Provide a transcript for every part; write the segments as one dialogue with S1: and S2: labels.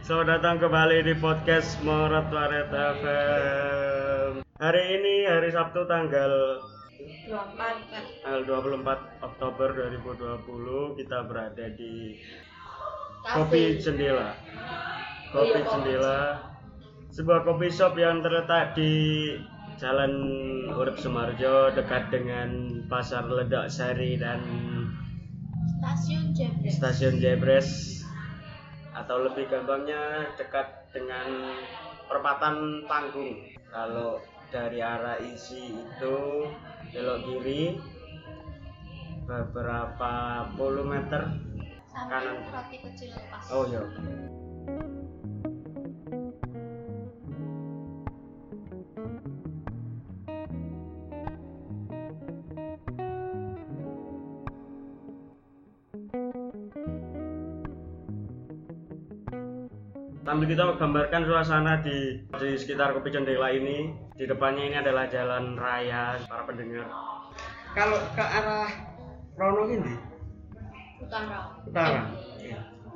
S1: Selamat datang kembali di podcast Mengorot Planet FM. Hari ini hari Sabtu tanggal tanggal 24 Oktober 2020 kita berada di Kopi Jendela. Kopi
S2: Iya, Kopi
S1: Jendela sebuah kopi shop yang terletak di Jalan Urip Sumarjo dekat dengan Pasar Ledok Sari dan
S2: Stasiun Jember.
S1: Stasiun Jebres atau lebih gampangnya dekat dengan perempatan Panggung. Kalau dari arah isi itu belok kiri beberapa puluh meter
S2: Sampai
S1: Kanan.
S2: roti kecil lepas.
S1: Oh iya. Sambil kita gambarkan suasana di di sekitar Kopi Cendela ini, di depannya ini adalah jalan raya para pendengar. Kalau ke arah Rono ini,
S2: Utara.
S1: utara.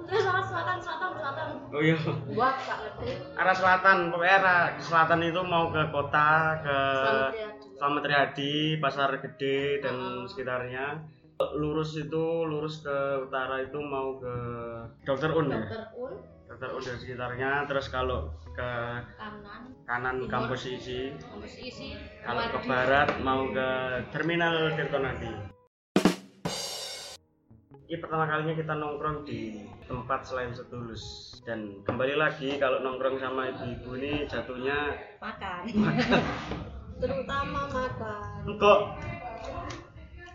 S2: Terus arah selatan, selatan, selatan.
S1: Oh iya.
S2: Gua gak ngerti.
S1: arah selatan pokoknya arah selatan itu mau ke kota ke
S2: Selamat Riyadi.
S1: Slamet Riyadi, Pasar Gede dan sekitarnya lurus itu lurus ke utara itu mau ke Dokter Un ya?
S2: Dokter Un
S1: Dokter Un dan sekitarnya terus kalau ke
S2: kanan.
S1: kanan kampus isi
S2: Terus isi.
S1: kalau ke
S2: Wardi.
S1: barat mau ke terminal Tirtonadi. Ini pertama kalinya kita nongkrong di tempat selain setulus dan kembali lagi kalau nongkrong sama ibu-ibu ini jatuhnya
S2: Makan. Terutama makan.
S1: kok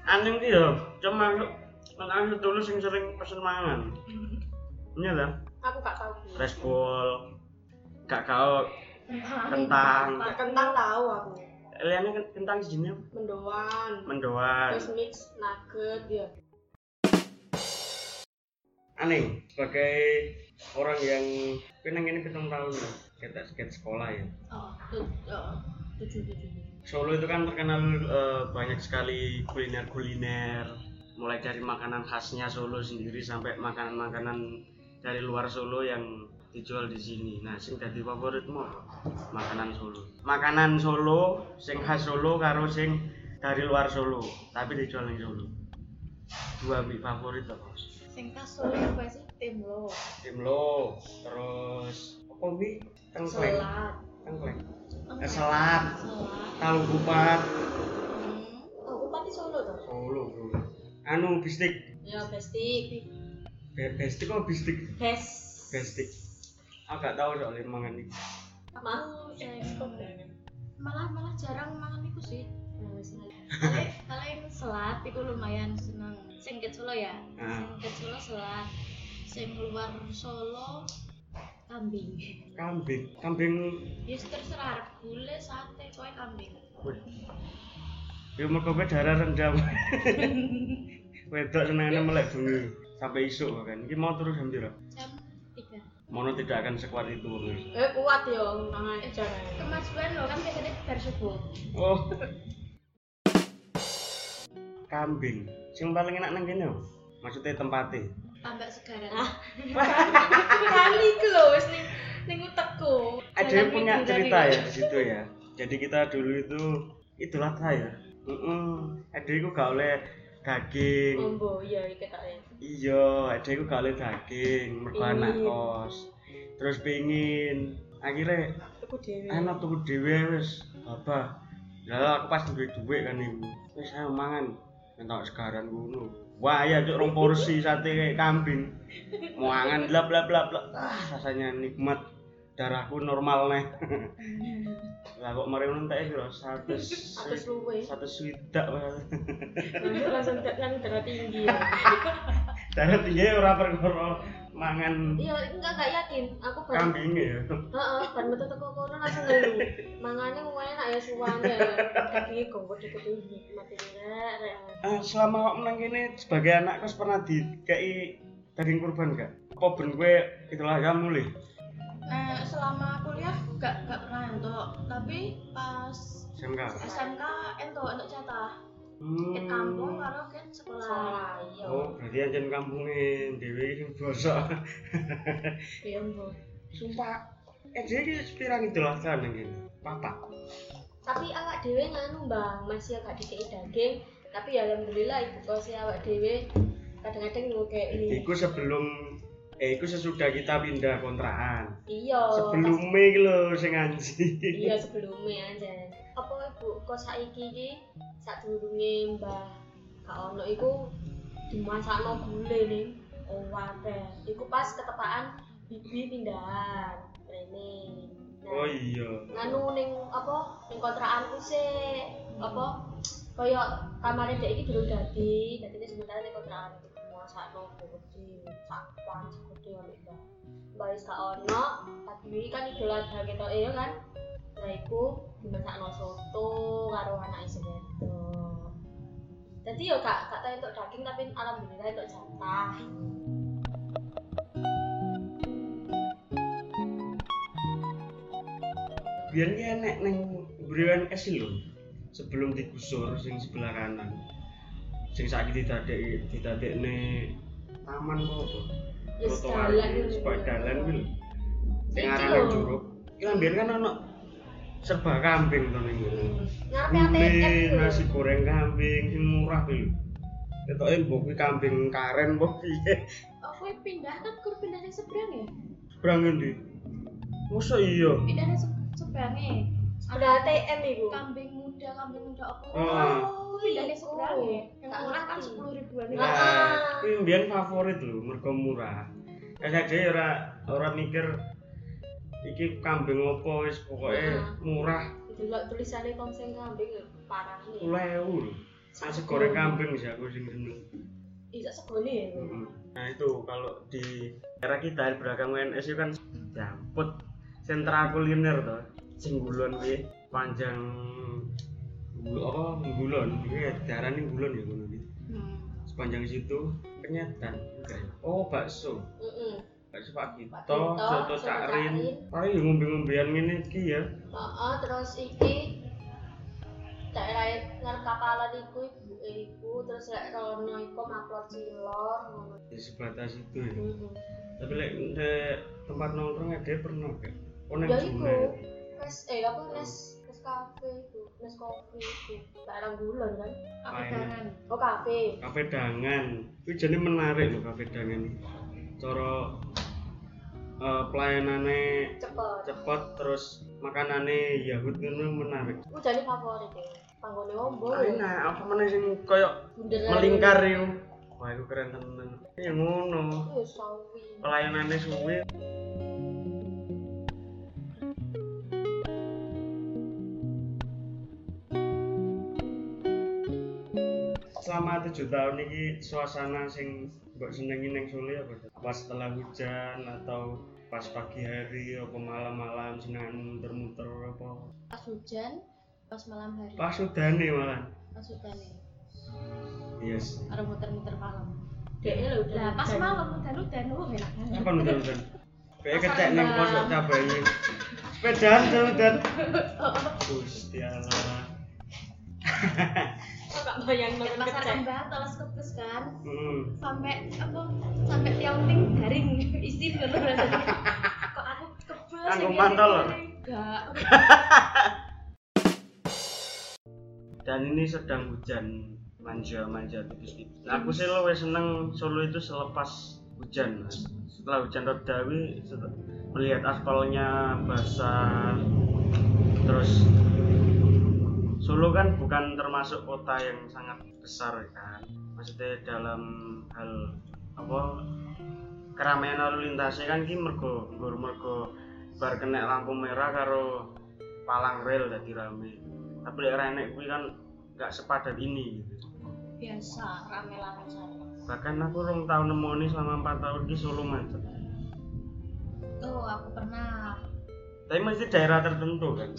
S1: aneh ki ya cuma nang setulus yang sering pesen mangan. Iya lah,
S2: Aku gak tahu. Bu.
S1: respol, gak kau Kentang.
S2: Nah, Kentang tahu aku.
S1: liane ken- kentang sejenis apa?
S2: Mendoan.
S1: mendoan.
S2: Terus mix nugget ya.
S1: aneh sebagai orang yang kenang ini pitung tahun ya, kita sekitar sekolah ya
S2: Oh, tu- oh, tujuh tujuh. tujuh.
S1: Solo itu kan terkenal eh, banyak sekali kuliner-kuliner mulai dari makanan khasnya Solo sendiri sampai makanan-makanan dari luar Solo yang dijual di sini. Nah, sing dadi favoritmu apa? makanan Solo. Makanan Solo sing khas Solo karo sing dari luar Solo tapi dijual di Solo. Dua mi favorit apa?
S2: Sing khas Solo apa sih? Temlo.
S1: Timlo, terus apa mi? Tengkleng.
S2: Selat.
S1: Tengkleng. Eh, Selat,
S2: Selat.
S1: tahu kupat,
S2: Oh, upati Solo tuh.
S1: Solo, Solo. Anu bistik
S2: Ya, pasti
S1: Be- Bestik apa bistik?
S2: Bes.
S1: Bestik. Aku Ah, gak tahu soalnya mangan ini.
S2: Mau saya ikut Malah malah jarang mangan iku sih. Paling paling selat iku lumayan seneng. Sing ke Solo ya. Sing
S1: Ah.
S2: ke Solo selat. Sing luar Solo kambing.
S1: Kambing, kambing.
S2: Ya terserah arep gule sate kowe kambing.
S1: Wih. Ya mergo kowe darah rendah. Wedok senengane melek bengi sampai isuk kan. Iki mau terus jam piro?
S2: Jam 3.
S1: Mono tidak akan sekuat itu. Bang.
S2: Eh kuat yo mangan
S3: Eh,
S2: jarang. Kemajuan lo kan biasanya bar subuh.
S1: Oh. Kambing. Sing paling enak nang kene. apa? Maksudnya tempatnya.
S2: tambah segaran.
S1: Ah.
S2: Kali iku lho wis ning ning utekku.
S1: Ada yang punya cerita ya di situ ya. Jadi kita dulu itu itulah saya. Heeh. Ada iku gak oleh daging.
S3: Oh.
S2: Ombo iya iki tak ya.
S1: iya ada aku gak oleh daging mergo
S2: Pingin.
S1: anak kos terus pengin akhirnya
S2: Aku dhewe.
S1: anak tuku dhewe wis apa lah aku pas duwe duit kan iku wis ayo mangan entak segaran ngono wah ya cuk rong porsi sate kayak kambing mau angan bla bla bla bla ah rasanya nikmat darahku normal nih lah kok mari ngono entek piro 100
S2: Atus luwe.
S1: satu swidak
S2: Langsung tekan darah tinggi.
S1: darah tinggi ora perkara mangan
S2: Iya, enggak enggak yakin. Aku baru
S1: kambing ya
S2: Heeh, ban metu teko kono langsung ngelu. Mangane wong enak ya suwane. Daginge gonggo dikuti mati rek. rek.
S1: Eh, selama awak menang ini sebagai anak kos pernah dikei daging kurban gak? Apa ben kowe itulah kamu lih?
S2: Eh,
S4: Nah, selama kuliah gak gak pernah entuk, tapi pas
S1: SMK.
S4: SMK entuk entuk jatah.
S1: Hmm.
S4: Ket kampung karo ket sekolah.
S2: Salah iya.
S1: Oh, berarti anjen kampunge dhewe sing bosok.
S2: Iya, Mbok.
S1: Sumpah, SD ki sepirang Idul Adha nang kene? Papat.
S3: tapi awak dhewe nganu bang masih agak dikei daging tapi ya alhamdulillah ibu kos awak dhewe kadang-kadang ngekei
S1: Iku sebelum eh iku sesudah kita pindah kontrakan.
S3: iya
S1: Sebelumnya iki lho sing anji.
S3: pas- Oh. iya sebelumnya aja apa ibu kos saiki iki sak durunge mbah gak ono iku dimasakno gule ning owate iku pas ketepaan bibi pindahan rene Nah,
S1: Oh iya.
S3: nganu ning apa ning kontrakanku sih apa kaya kamare dek iki durung dadi dadi ini sementara ning kontrakanku muasakno gede sak panci gede ambek mbak mbak wis gak ono pagi wingi kan idul adha ketok e, ya kan lah iku dimasakno soto karo anak isi wedok dadi yo gak gak tau entuk daging tapi alhamdulillah entuk jatah
S1: biar ki enek neng burian es lho sebelum digusur sing sebelah kanan sing saiki didadek didadekne taman mau apa
S3: Yes,
S1: trotoar
S3: dalan
S1: ki,
S3: ngono.
S1: sepak dalan kuwi lho sing
S3: Iki
S1: aran
S3: lho.
S1: nang juruk iki kan biyen kan ono serba kambing to ning kene
S3: ngarepe ATM
S1: Mie,
S3: lho.
S1: nasi goreng kambing sing murah kuwi lho ketoke mbok kuwi kambing karen mbok piye
S2: Aku pindah kan kur pindah yang seberang ya?
S1: berang ngendi mosok iya
S2: Pindah yang seberangnya.
S3: ada ATM iku
S2: e? Kambing muda, kambing muda apa?
S1: Oh.
S2: Pindah yang seberangnya. Yang
S3: Tak
S2: murah kan
S3: ngerti.
S2: sepuluh ribuan.
S1: Ya,
S3: Ah.
S1: kuwi mbiyen favorit lho, mergo murah. SD ora ora mikir iki kambing opo wis pokoke
S3: Ah.
S1: murah
S3: delok tulisane tongseng kambing lho, parah nih
S1: 10.000 lho. Nasi goreng kambing sih aku sing seneng.
S3: Iya segone ya. Bu.
S1: Nah itu kalau di era kita di belakang UNS itu kan jamput sentra kuliner toh. Singgulon kuwi panjang Ngulu- apa nggulon iki darane nggulon ya ngono iki.
S2: Hmm.
S1: Sepanjang situ kenyataan.
S3: Hmm.
S1: Oh bakso.
S3: Heeh.
S1: Bakso Pak Gito,
S3: Gito,
S1: soto
S3: soto
S1: Cak
S3: Cak Rin.
S1: Rin. Paling ya ngombe-ngombean ngene iki ya.
S3: Heeh, terus iki daerah ngarep kapalan iku ibu iku terus lek rono iku maklor cilor ngono.
S1: Di sebatas itu ya.
S3: Heeh.
S1: Tapi lek nek tempat nongkrong ada pernah gak? Oh nang
S3: Ya
S1: Juna.
S3: iku. Wes eh apa wes wes kafe iku, wes kopi iku. Daerah bulan kan.
S2: Aku
S1: Lain.
S2: kangen.
S3: Oh kafe.
S1: Kafe dangan. Itu jadi menarik loh kafe dangan. ini. Cara eh, pelayanannya
S3: Cepet.
S1: cepet terus makanannya Yahud itu menarik.
S3: Ku jadi favorit ya. Panggone ombo.
S1: Ah,
S3: ya.
S1: Enak, apa meneh sing koyo
S3: Bunderan.
S1: melingkar itu. Wah, itu keren tenan. Ya ngono.
S3: Ku sawi.
S1: pelayanannya suwe selama tujuh tahun ini suasana sing mbok senengi neng Solo apa Dok? apa setelah hujan atau pas pagi hari apa malam-malam seneng muter-muter apa
S2: Pas hujan, pas malam hari.
S1: pas udane malah
S2: Pas hujan nih.
S1: yes
S2: Ada muter-muter malam.
S3: Dekne lho.
S2: Lah pas malam udah udah nunggu enak banget.
S1: apa udan-udan kayak kecek neng
S2: Rembang.
S1: pojok cabangnya sepedaan udan Gusti Allah
S3: Kok gak bayangno
S2: Kayak Pasar
S3: kerja.
S2: kembang, telas kepes kan.
S1: Hmm.
S2: sampai apa sampai tiang ting garing isi bener rasanya kok aku kebel
S1: Kanggo
S2: sing
S1: mantol.
S2: garing. enggak
S1: dan ini sedang hujan manja-manja tipis-tipis. Nah, aku sih lebih seneng Solo itu selepas hujan. Mas. Setelah hujan reda kuwi, set- melihat aspalnya basah terus Solo kan bukan termasuk kota yang sangat besar kan. Maksudnya dalam hal apa keramaian lalu lintasnya kan ki mergo nggur mergo bar kena lampu merah karo palang rel dadi rame. Tapi lek ora enek kuwi kan nggak sepadat ini gitu.
S2: biasa rame rame saja
S1: Bahkan aku rong tahun nemoni selama 4 tahun di Solo macet.
S2: oh aku pernah
S1: Tapi mesti daerah tertentu kan.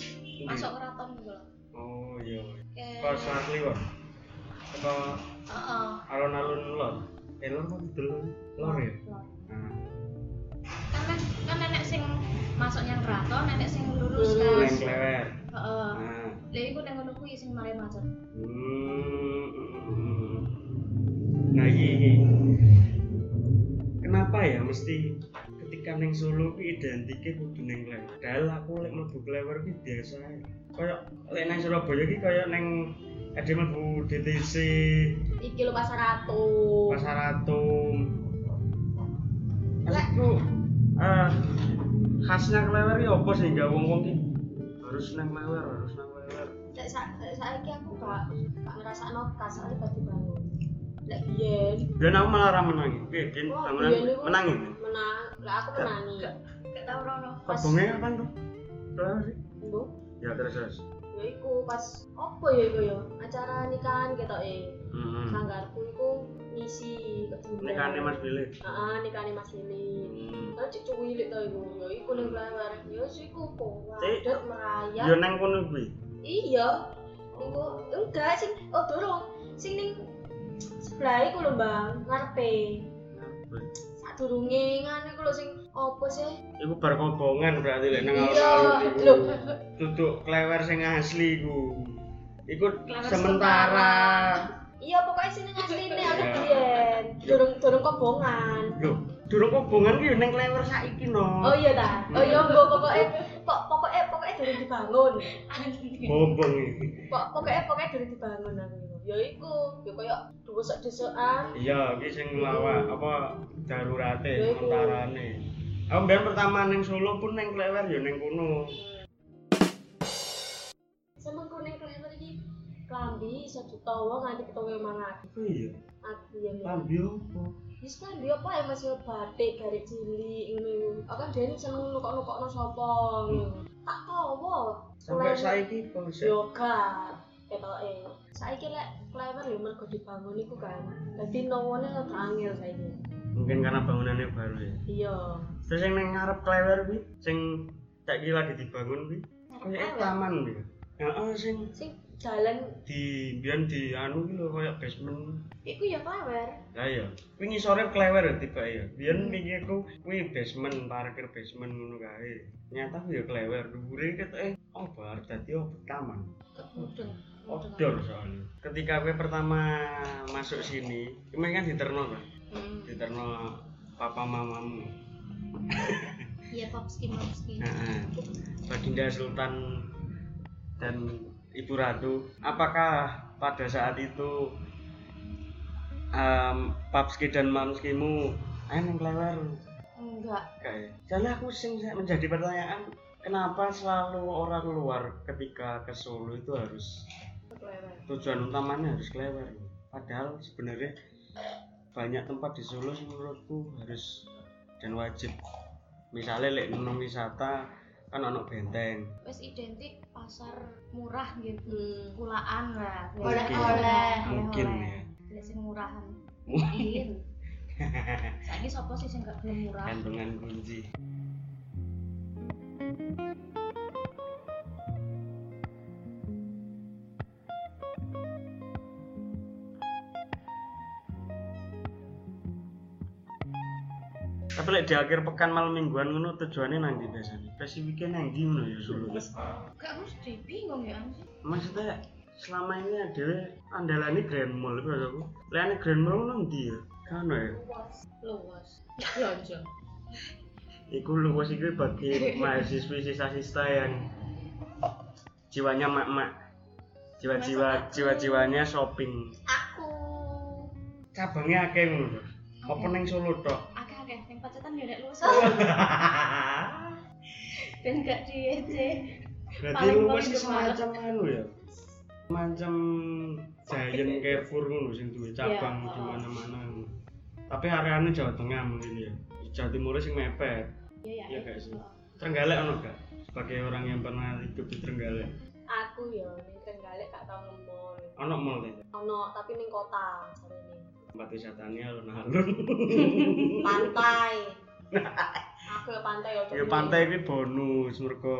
S2: masuk keraton gitu loh
S1: Oh iya.
S2: Ke-
S1: Pas Sarli kok. Apa
S2: Heeh.
S1: alun-alun lor. Eh lor kok dulu lor ya. Nah,
S2: kan kan nenek sing masuknya keraton nenek sing lurus
S3: Hmm.
S1: leng
S2: kan
S1: klewer.
S2: heeh
S1: Nah.
S2: lha iku nang ngono kuwi sing mari macet
S1: Hmm. Nah, ini, ini. Kenapa ya mesti ketika neng Solo kuwi identike kudu neng Klewer. Padahal aku lek mlebu Klewer kuwi biasa ae. Kayak lek nang Surabaya iki kayak neng ada mlebu DTC
S3: iki lho pasar ratu
S1: Pasar Atom. Maksudku eh khasnya Klewer iki apa sehingga wong-wong iki harus nang Klewer, harus nang Klewer.
S3: lek sa- lek saiki aku gak gak ngrasakno kasane bagi bangun lek biyen
S1: Dan aku malah ra menangi. Piye, Din?
S3: Wah,
S1: Bangunan
S3: biyen iku-
S1: menangi.
S3: menang lek aku menangi
S2: Gak tau Rono.
S3: Pas-
S1: Kobonge kapan tuh? Klewer sih.
S3: Mbok.
S1: Ya terus terus.
S3: ya iku pas opo ya iku ya acara nikahan ketoke
S1: Heeh.
S3: sanggarku iku ngisi kok
S1: Ini kan Hmm. Mas Billy.
S3: heeh nikahane Mas Lili kan cucu wilik to iku ya iku ning Klewer ya wis iku kok
S1: Cik.
S3: adat
S1: Ya
S3: merayap
S1: nang kono kuwi.
S3: iya niku enggak sing oh durung sing ning sebelah iku lho Bang ngarepe sadurunge ngene iku lho sing opo sih
S1: Iku bar kobongan berarti lek nang
S3: Iya,
S1: alun-alun iku.
S3: lho.
S1: Duduk klewer sing asli iku. Iku
S2: Klewer
S1: sementara.
S3: iya pokoknya sini asline aku
S1: Iya.
S3: biyen durung durung kobongan
S1: Lho, durung kobongan ki yo nang klewer saiki no.
S3: Oh iya ta. Oh iya mbok pokoke pok pokoke pokoke durung dibangun.
S1: Bombong iki.
S3: Pok pokoke pokoke durung dibangun aku. iku. Ya iku, ya koyo desok-desokan.
S1: Iya, iki sing lawa apa darurate
S3: Lho, iku.
S1: sementarane. Aku mbiyen pertama nang Solo pun nang klewer yo nang kono.
S3: Semengko ning klewer iki klambi iso ditowo nganti ketemu mangan.
S1: Iku iya,
S3: Aku yang
S1: lambi opo?
S3: Wis kan dia apa ya Mas yo batik dari cilik ngono. Aku kan dhewe seneng nukok-nukokno sapa ngono. Tak towo.
S1: Sampai
S3: Klewer-
S1: saiki konsep.
S3: yoga ketoke saiki lek klewer yo mergo dibangun iku kan dadi nongone rada angel saiki
S1: Mungkin karena bangunannya baru ya.
S3: iya
S1: Terus yang nang ngarep klewer kuwi sing saiki lagi dibangun kuwi kayak
S3: Klewer?
S1: taman kuwi. Heeh, sing
S3: sing jalan
S1: di biyen di anu kuwi lho kayak basement.
S3: iku ya klewer
S1: Lah ya, wingi sore klewer ya tiba ya. Biyen mikirku kuwi basement, parkir basement ngono kae. Nyata kuwi ya klewer, dhuwure ketoke obar dadi obat taman.
S2: Mudeng.
S1: Outdoor soalnya. Ketika gue pertama masuk sini, kemarin kan diterno kan,
S2: Hmm.
S1: diterno papa mamamu.
S2: Iya popski popski.
S1: Nah, Baginda Sultan dan Ibu Ratu, apakah pada saat itu um, Papski dan Mamskimu ayo nang klewer
S3: enggak
S1: kayak soalnya aku sing menjadi pertanyaan kenapa selalu orang luar ketika ke Solo itu harus
S3: klewer
S1: tujuan utamanya harus klewer padahal sebenarnya banyak tempat di Solo sih menurutku harus dan wajib misalnya lek nang wisata kan ono benteng
S2: Wis identik pasar murah gitu.
S3: hmm.
S2: Kulaan lah.
S3: Oleh-
S2: Oleh-oleh.
S3: oleh.
S2: Iya,
S1: Mungkin
S2: Oleh-oleh.
S1: ya.
S2: Lek sing murahan.
S1: Mungkin.
S2: Mungkin. Saiki sapa sih sing gak gelem murah?
S1: gantungan kunci tapi lek di akhir pekan malam mingguan ngono tujuannya nang ndi biasanya pasti weekend nang ndi ngono ya Solo
S2: Gak mesti bingung ya Anji.
S1: maksudnya selama ini ada andalane Grand Mall itu aku lene Grand Mall nang ndi ya kan ya
S3: luas
S2: Ya,
S3: belanja
S1: Iku luwes iku bagi mahasiswi sisa-sisa yang jiwanya mak-mak. Jiwa-jiwa jiwa-jiwanya shopping.
S2: Aku.
S1: Cabangnya akeh ngono. Apa ning Solo tok?
S2: Akeh-akeh sing pacetan ya, yo nek luwes. Ben gak diece.
S1: Berarti
S2: Paling-
S1: luwes
S2: paling
S1: iki
S2: kemarin.
S1: semacam anu ya. Macam Giant Carrefour ngono sing duwe cabang
S3: Iya,
S1: di
S3: oh.
S1: mana-mana. ngono. Tapi areane Jawa Tengah mungkin ya. Jawa Timur sing mepet.
S2: Iya
S1: Iya gak sih? Trenggalek ono gak? Sebagai orang yang pernah hidup di Trenggalek.
S3: aku ya ning Trenggalek gak tau ngemol
S1: Ono mall ya?
S3: ono tapi ning kota jarene
S1: tempat wisatanya alun-alun.
S3: pantai aku ya pantai ya
S1: Hmm. ya pantai kuwi bonus mergo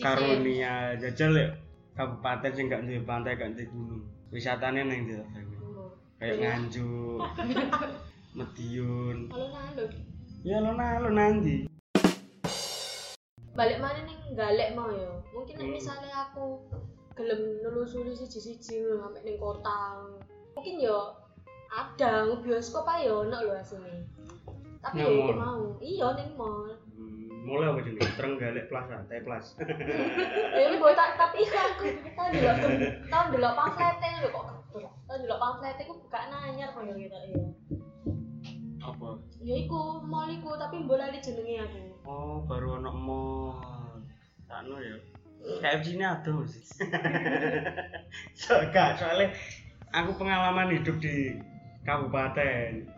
S1: karunia jajal ya kabupaten sing gak duwe pantai gak duwe gunung. Wisatane ning ndi ta kuwi?
S3: Hmm.
S1: Kayak Nganjuk. Medion.
S3: halo halo
S1: Ya alun-alun nanti.
S3: balik mana nih galek mau ya mungkin nek
S1: Hmm.
S3: misalnya aku gelem nelusuri siji-siji ngono, sampai ning kota mungkin yo ada bioskop ayo ono lho asine tapi
S1: Nang
S3: yo aku
S1: mall.
S3: mau iya ning mall
S1: Hmm, mulai apa jenis? Trenggalek Plaza, Thai Plaza.
S3: Ya ini boy tak tapi iku aku tahun dulu tahun dulu pamflete e, lho kok kebur. Tahun dulu pamflete e, ku buka nanyar koyo gitu ya.
S1: Apa?
S3: Ya iku mall iku tapi bola di jenenge aku.
S1: Oh, baru anak mall. Takno ya. KFC ini ada sih. so, gak, soalnya aku pengalaman hidup di kabupaten.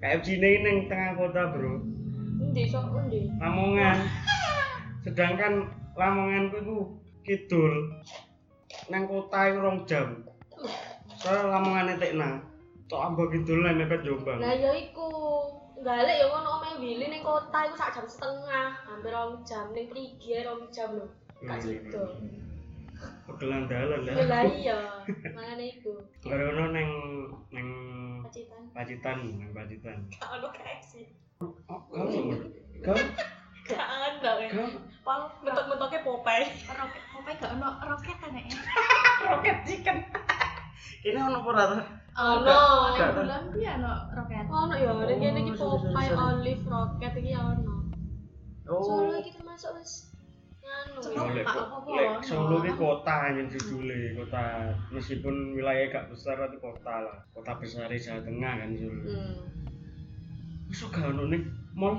S1: KFC ini neng tengah kota bro,
S3: Endi sok endi?
S1: Lamongan. Sedangkan Lamonganku itu kidul. Nang kota itu rong jam. Soalnya Lamongan itu nang. Tok ambo kidul lah mepet Jombang.
S3: Lah ya iku galek ya ngono omahe Willy ning kota iku sak jam setengah, hampir 2 jam ning Prigi 2 jam lho. Gak
S1: Hmm.
S3: sido.
S1: Pegelan dalan
S3: Ya lah
S1: lah.
S3: iya, mangane iku.
S1: Baru ono neng neng
S3: Pacitan.
S1: Pacitan, neng Pacitan.
S3: Gak ono KFC.
S1: Oh, kamu kamu
S3: Gak ono. ya.
S1: kamu
S3: Pang mentok-mentoknya Popeye.
S2: roket pokoknya gak ono roket aneh ya
S1: roket chicken. Ini ono apa ora?
S3: Ono.
S1: Gak.
S2: Nang bulan kuwi ono roket
S3: Ono ya, ning kene iki
S1: Oh, sorry, sorry,
S3: Popeye,
S1: sorry.
S3: Olive, Rocket iki ya ono. Solo
S1: Oh.
S3: iki termasuk wis nganu.
S2: Cepet.
S1: Boleh,
S2: Pak, apa-apa.
S1: Solo ini kota yang dijule, kota meskipun wilayah gak besar tapi kota lah, kota besar di Jawa Tengah kan Solo.
S3: Hmm.
S1: Masuk gak ono nih mall?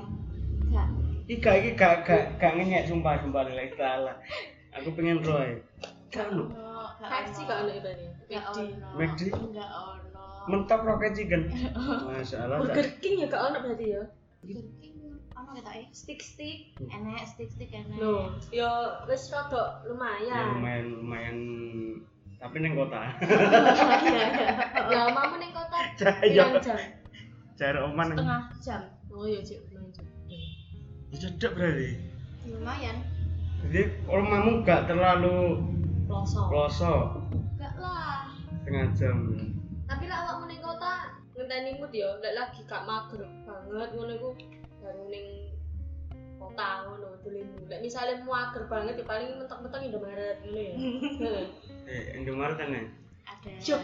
S2: gak
S1: Iki gak iki gak gak gak ngenyek sumpah sumpah lillahi taala. Aku pengen roy. Gak ono.
S2: ono gak
S3: KFC
S2: ono.
S3: gak ono ibane.
S2: gak
S3: PD.
S2: ono
S1: McD?
S2: gak ono
S1: Mentok roket chicken. Masalah.
S3: Burger King ya gak ono berarti ya.
S2: Burger King ono ketok ya
S3: Stick-stick.
S1: Hmm.
S2: enek stick stick enek
S3: Loh, ya wis rada
S1: ya
S3: lumayan.
S1: lumayan lumayan tapi neng kota
S3: Iya, iya. Lah omamu ning kota
S1: Jaya.
S3: pirang jam?
S1: cari oman neng
S2: setengah jam
S3: Oh iya, Cik, pirang jam.
S1: cedek berarti
S2: lumayan
S1: jadi omamu gak terlalu
S3: Ploso.
S1: pelosok
S2: gak lah
S1: setengah jam
S3: Tapi lah awakmu ning kota ngenteni mood ya, lek lagi gak mager banget ngono iku baru ning kota ngono dolenmu. Lek misale mager banget ya paling mentok-mentok Indomaret ngono ya. Heeh.
S1: eh Indomaret nih
S2: ada
S3: Jok.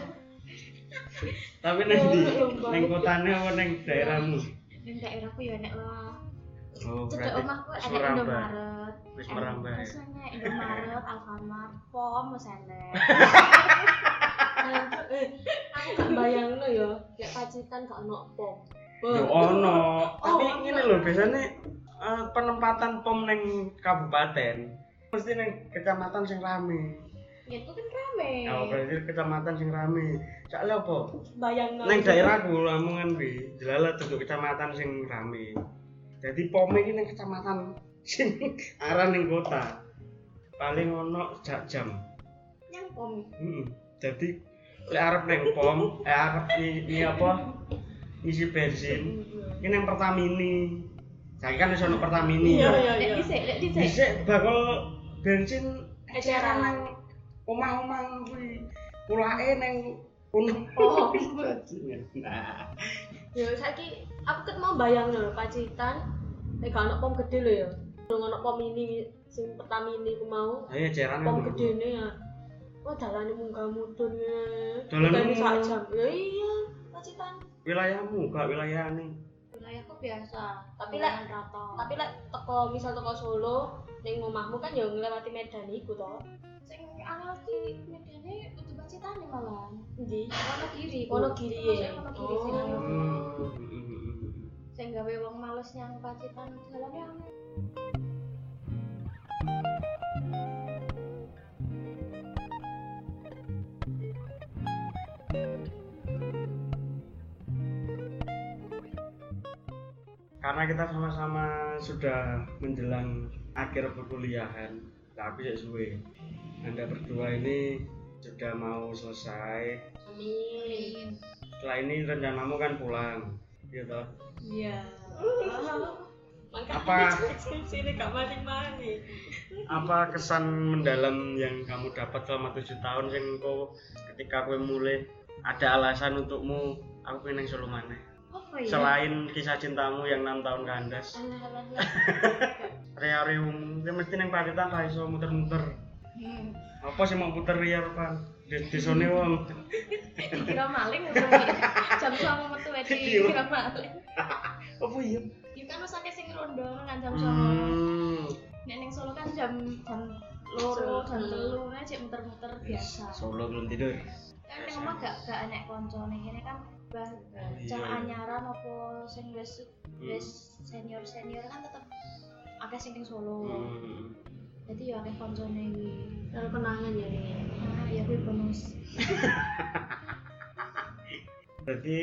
S1: tapi neng di
S3: Ya, Indomaret.
S1: neng kotane apa neng daerahmu
S2: ning daerahku ya enek lah
S1: oh
S2: cedek
S1: berarti
S2: omahku
S1: wis
S2: ada
S1: merambah
S2: Indomaret
S1: wis merambah ya.
S2: Terus ana Indomaret, Alfamart, POM, wis enek.
S3: Eh, aku gak bayangno ya lek pacitan gak ono pom.
S1: yo ono
S2: Oh,
S1: tapi
S3: ono.
S1: ngene lho biasanya eh, penempatan pom neng kabupaten mesti neng kecamatan sing rame
S3: Ya itu kan rame.
S1: oh berarti kecamatan sing rame soalnya apa
S3: Bayangno.
S1: Neng daerahku Lamongan bi, jelala tuku kecamatan sing rame. Jadi pome iki nang kecamatan sing arah ning kota. Paling ono sejak jam.
S3: yang pom.
S1: Heeh. Jadi lek arep neng pom, eh arep i- ini apa? Isi bensin. Ini nang Pertamini. Saiki kan wis ono Pertamini.
S3: Iya, Oh, iya,
S2: Lek
S3: iya.
S2: dhisik, lek dhisik.
S1: Dhisik bakal bensin
S3: Eceran.
S1: eceran nang omah-omah kuwi. Pulake neng Gunung.
S3: Oh.
S1: Nah.
S3: Ya saiki aku ket mau bayangno lho pacitan lek gak ono pom gede lho ya. Ono ono pom ini sing Pertamini ku mau
S1: Ayo ceran
S3: pom gedene ya. Wah dalane munggah mudun ya.
S1: Dalane
S3: Dalane
S1: munggah.
S3: sak jam. Ya iya, pacitan.
S1: Wilayahmu gak wilayah nih.
S2: Wilayahku biasa, tapi
S3: Tapi lek-
S2: lek rata.
S3: Tapi lek teko misal teko Solo ning omahmu kan ya nglewati Medan iku to.
S2: Sing angel ki medene kudu Pacitan malah.
S3: Endi?
S2: Wonogiri.
S3: Wonogiri, ya?
S2: Wonogiri sing
S3: Oh.
S2: anu.
S1: Hmm.
S2: Sing gawe wong males nyang Pacitan dalane anu.
S1: Karena kita sama-sama sudah menjelang akhir perkuliahan, tapi ya suwe. Anda berdua ini sudah mau selesai.
S3: Amin.
S1: Setelah ini rencanamu kan pulang, gitu. toh?
S2: Iya.
S1: Apa-
S3: Makanya sini gak mari-mari.
S1: Apa kesan mendalam yang kamu dapat selama tujuh tahun sing kau ketika kau mulai ada alasan untukmu aku pengen nang Solo maneh.
S2: Apa ya?
S1: Selain kisah cintamu yang enam tahun kandas,
S2: Alah, alah, alah.
S1: Riarium, dia mesti neng paketan lah iso muter-muter.
S2: Hmm.
S1: Apa sih mau puter Riar pan? di desone wong.
S2: Dikira maling udah jam songo metu wae dikira maling.
S1: Apa iya?
S2: Ya kan usahane sing rondo kan jam songo.
S1: Hmm.
S2: Nek ning Solo kan jam jam loro, jam telu nah cek muter-muter biasa.
S1: Solo belum tidur.
S2: Kan ning omah gak gak enek konco ning kene kan bah cah anyaran apa sing wis
S1: Hmm.
S2: wis senior-senior kan tetep akeh sing ning Solo.
S1: Hmm.
S2: Jadi ya akeh koncone iki.
S3: Kalau kenangan ya ini.
S2: Nah, ya kuwi bonus.
S1: Berarti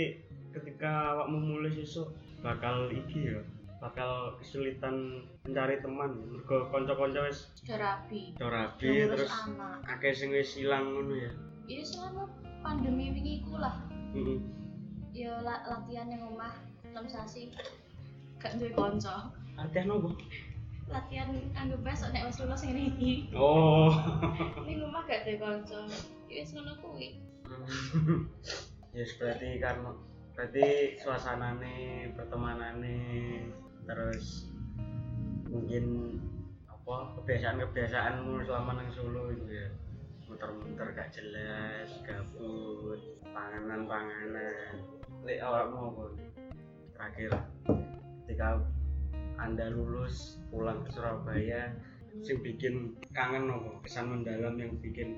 S1: ketika awakmu mulai sesuk bakal iki ya, bakal kesulitan mencari teman mergo kanca-kanca wis
S2: Udah rapi.
S1: do rabi
S2: Udah ngurus
S1: terus
S2: anak.
S1: akeh sing wis ilang ngono ya.
S2: Ya selama pandemi wingi iku lah
S1: Heeh.
S2: ya la- latihan yang omah enam sasi gak duwe konco
S1: Artinya nopo?
S2: latihan kanggo besok nek wis lulus ngene iki
S1: Oh.
S2: ning omah gak duwe konco ya wis ngono kuwi
S1: yes, berarti kan berarti suasanane, pertemanane terus mungkin apa kebiasaan-kebiasaanmu selama nang Solo itu ya muter-muter gak jelas, gabut, panganan-panganan. Lek awakmu apa? Terakhir ketika Anda lulus pulang ke Surabaya, sing bikin kangen apa? Kesan mendalam yang bikin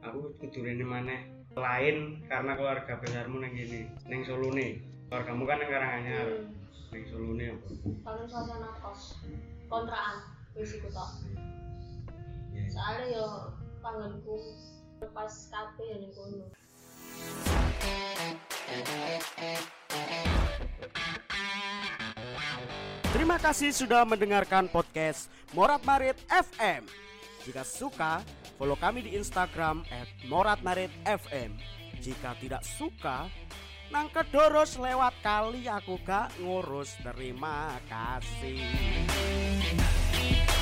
S1: aku kudu rene maneh lain karena keluarga besarmu nang gini neng Solone keluargamu kan nang Karanganyar
S3: Hmm.
S1: neng Solone apa
S3: Kalau suasana kos kontrakan wis iku tok.
S1: ya
S3: Soale yo panggonku lepas kabeh ya ning kono.
S5: Terima kasih sudah mendengarkan podcast Morat Marit FM. Jika suka, follow kami di Instagram @moratmaritfm. Jika tidak suka, nang kedoros lewat kali aku gak ngurus. Terima kasih.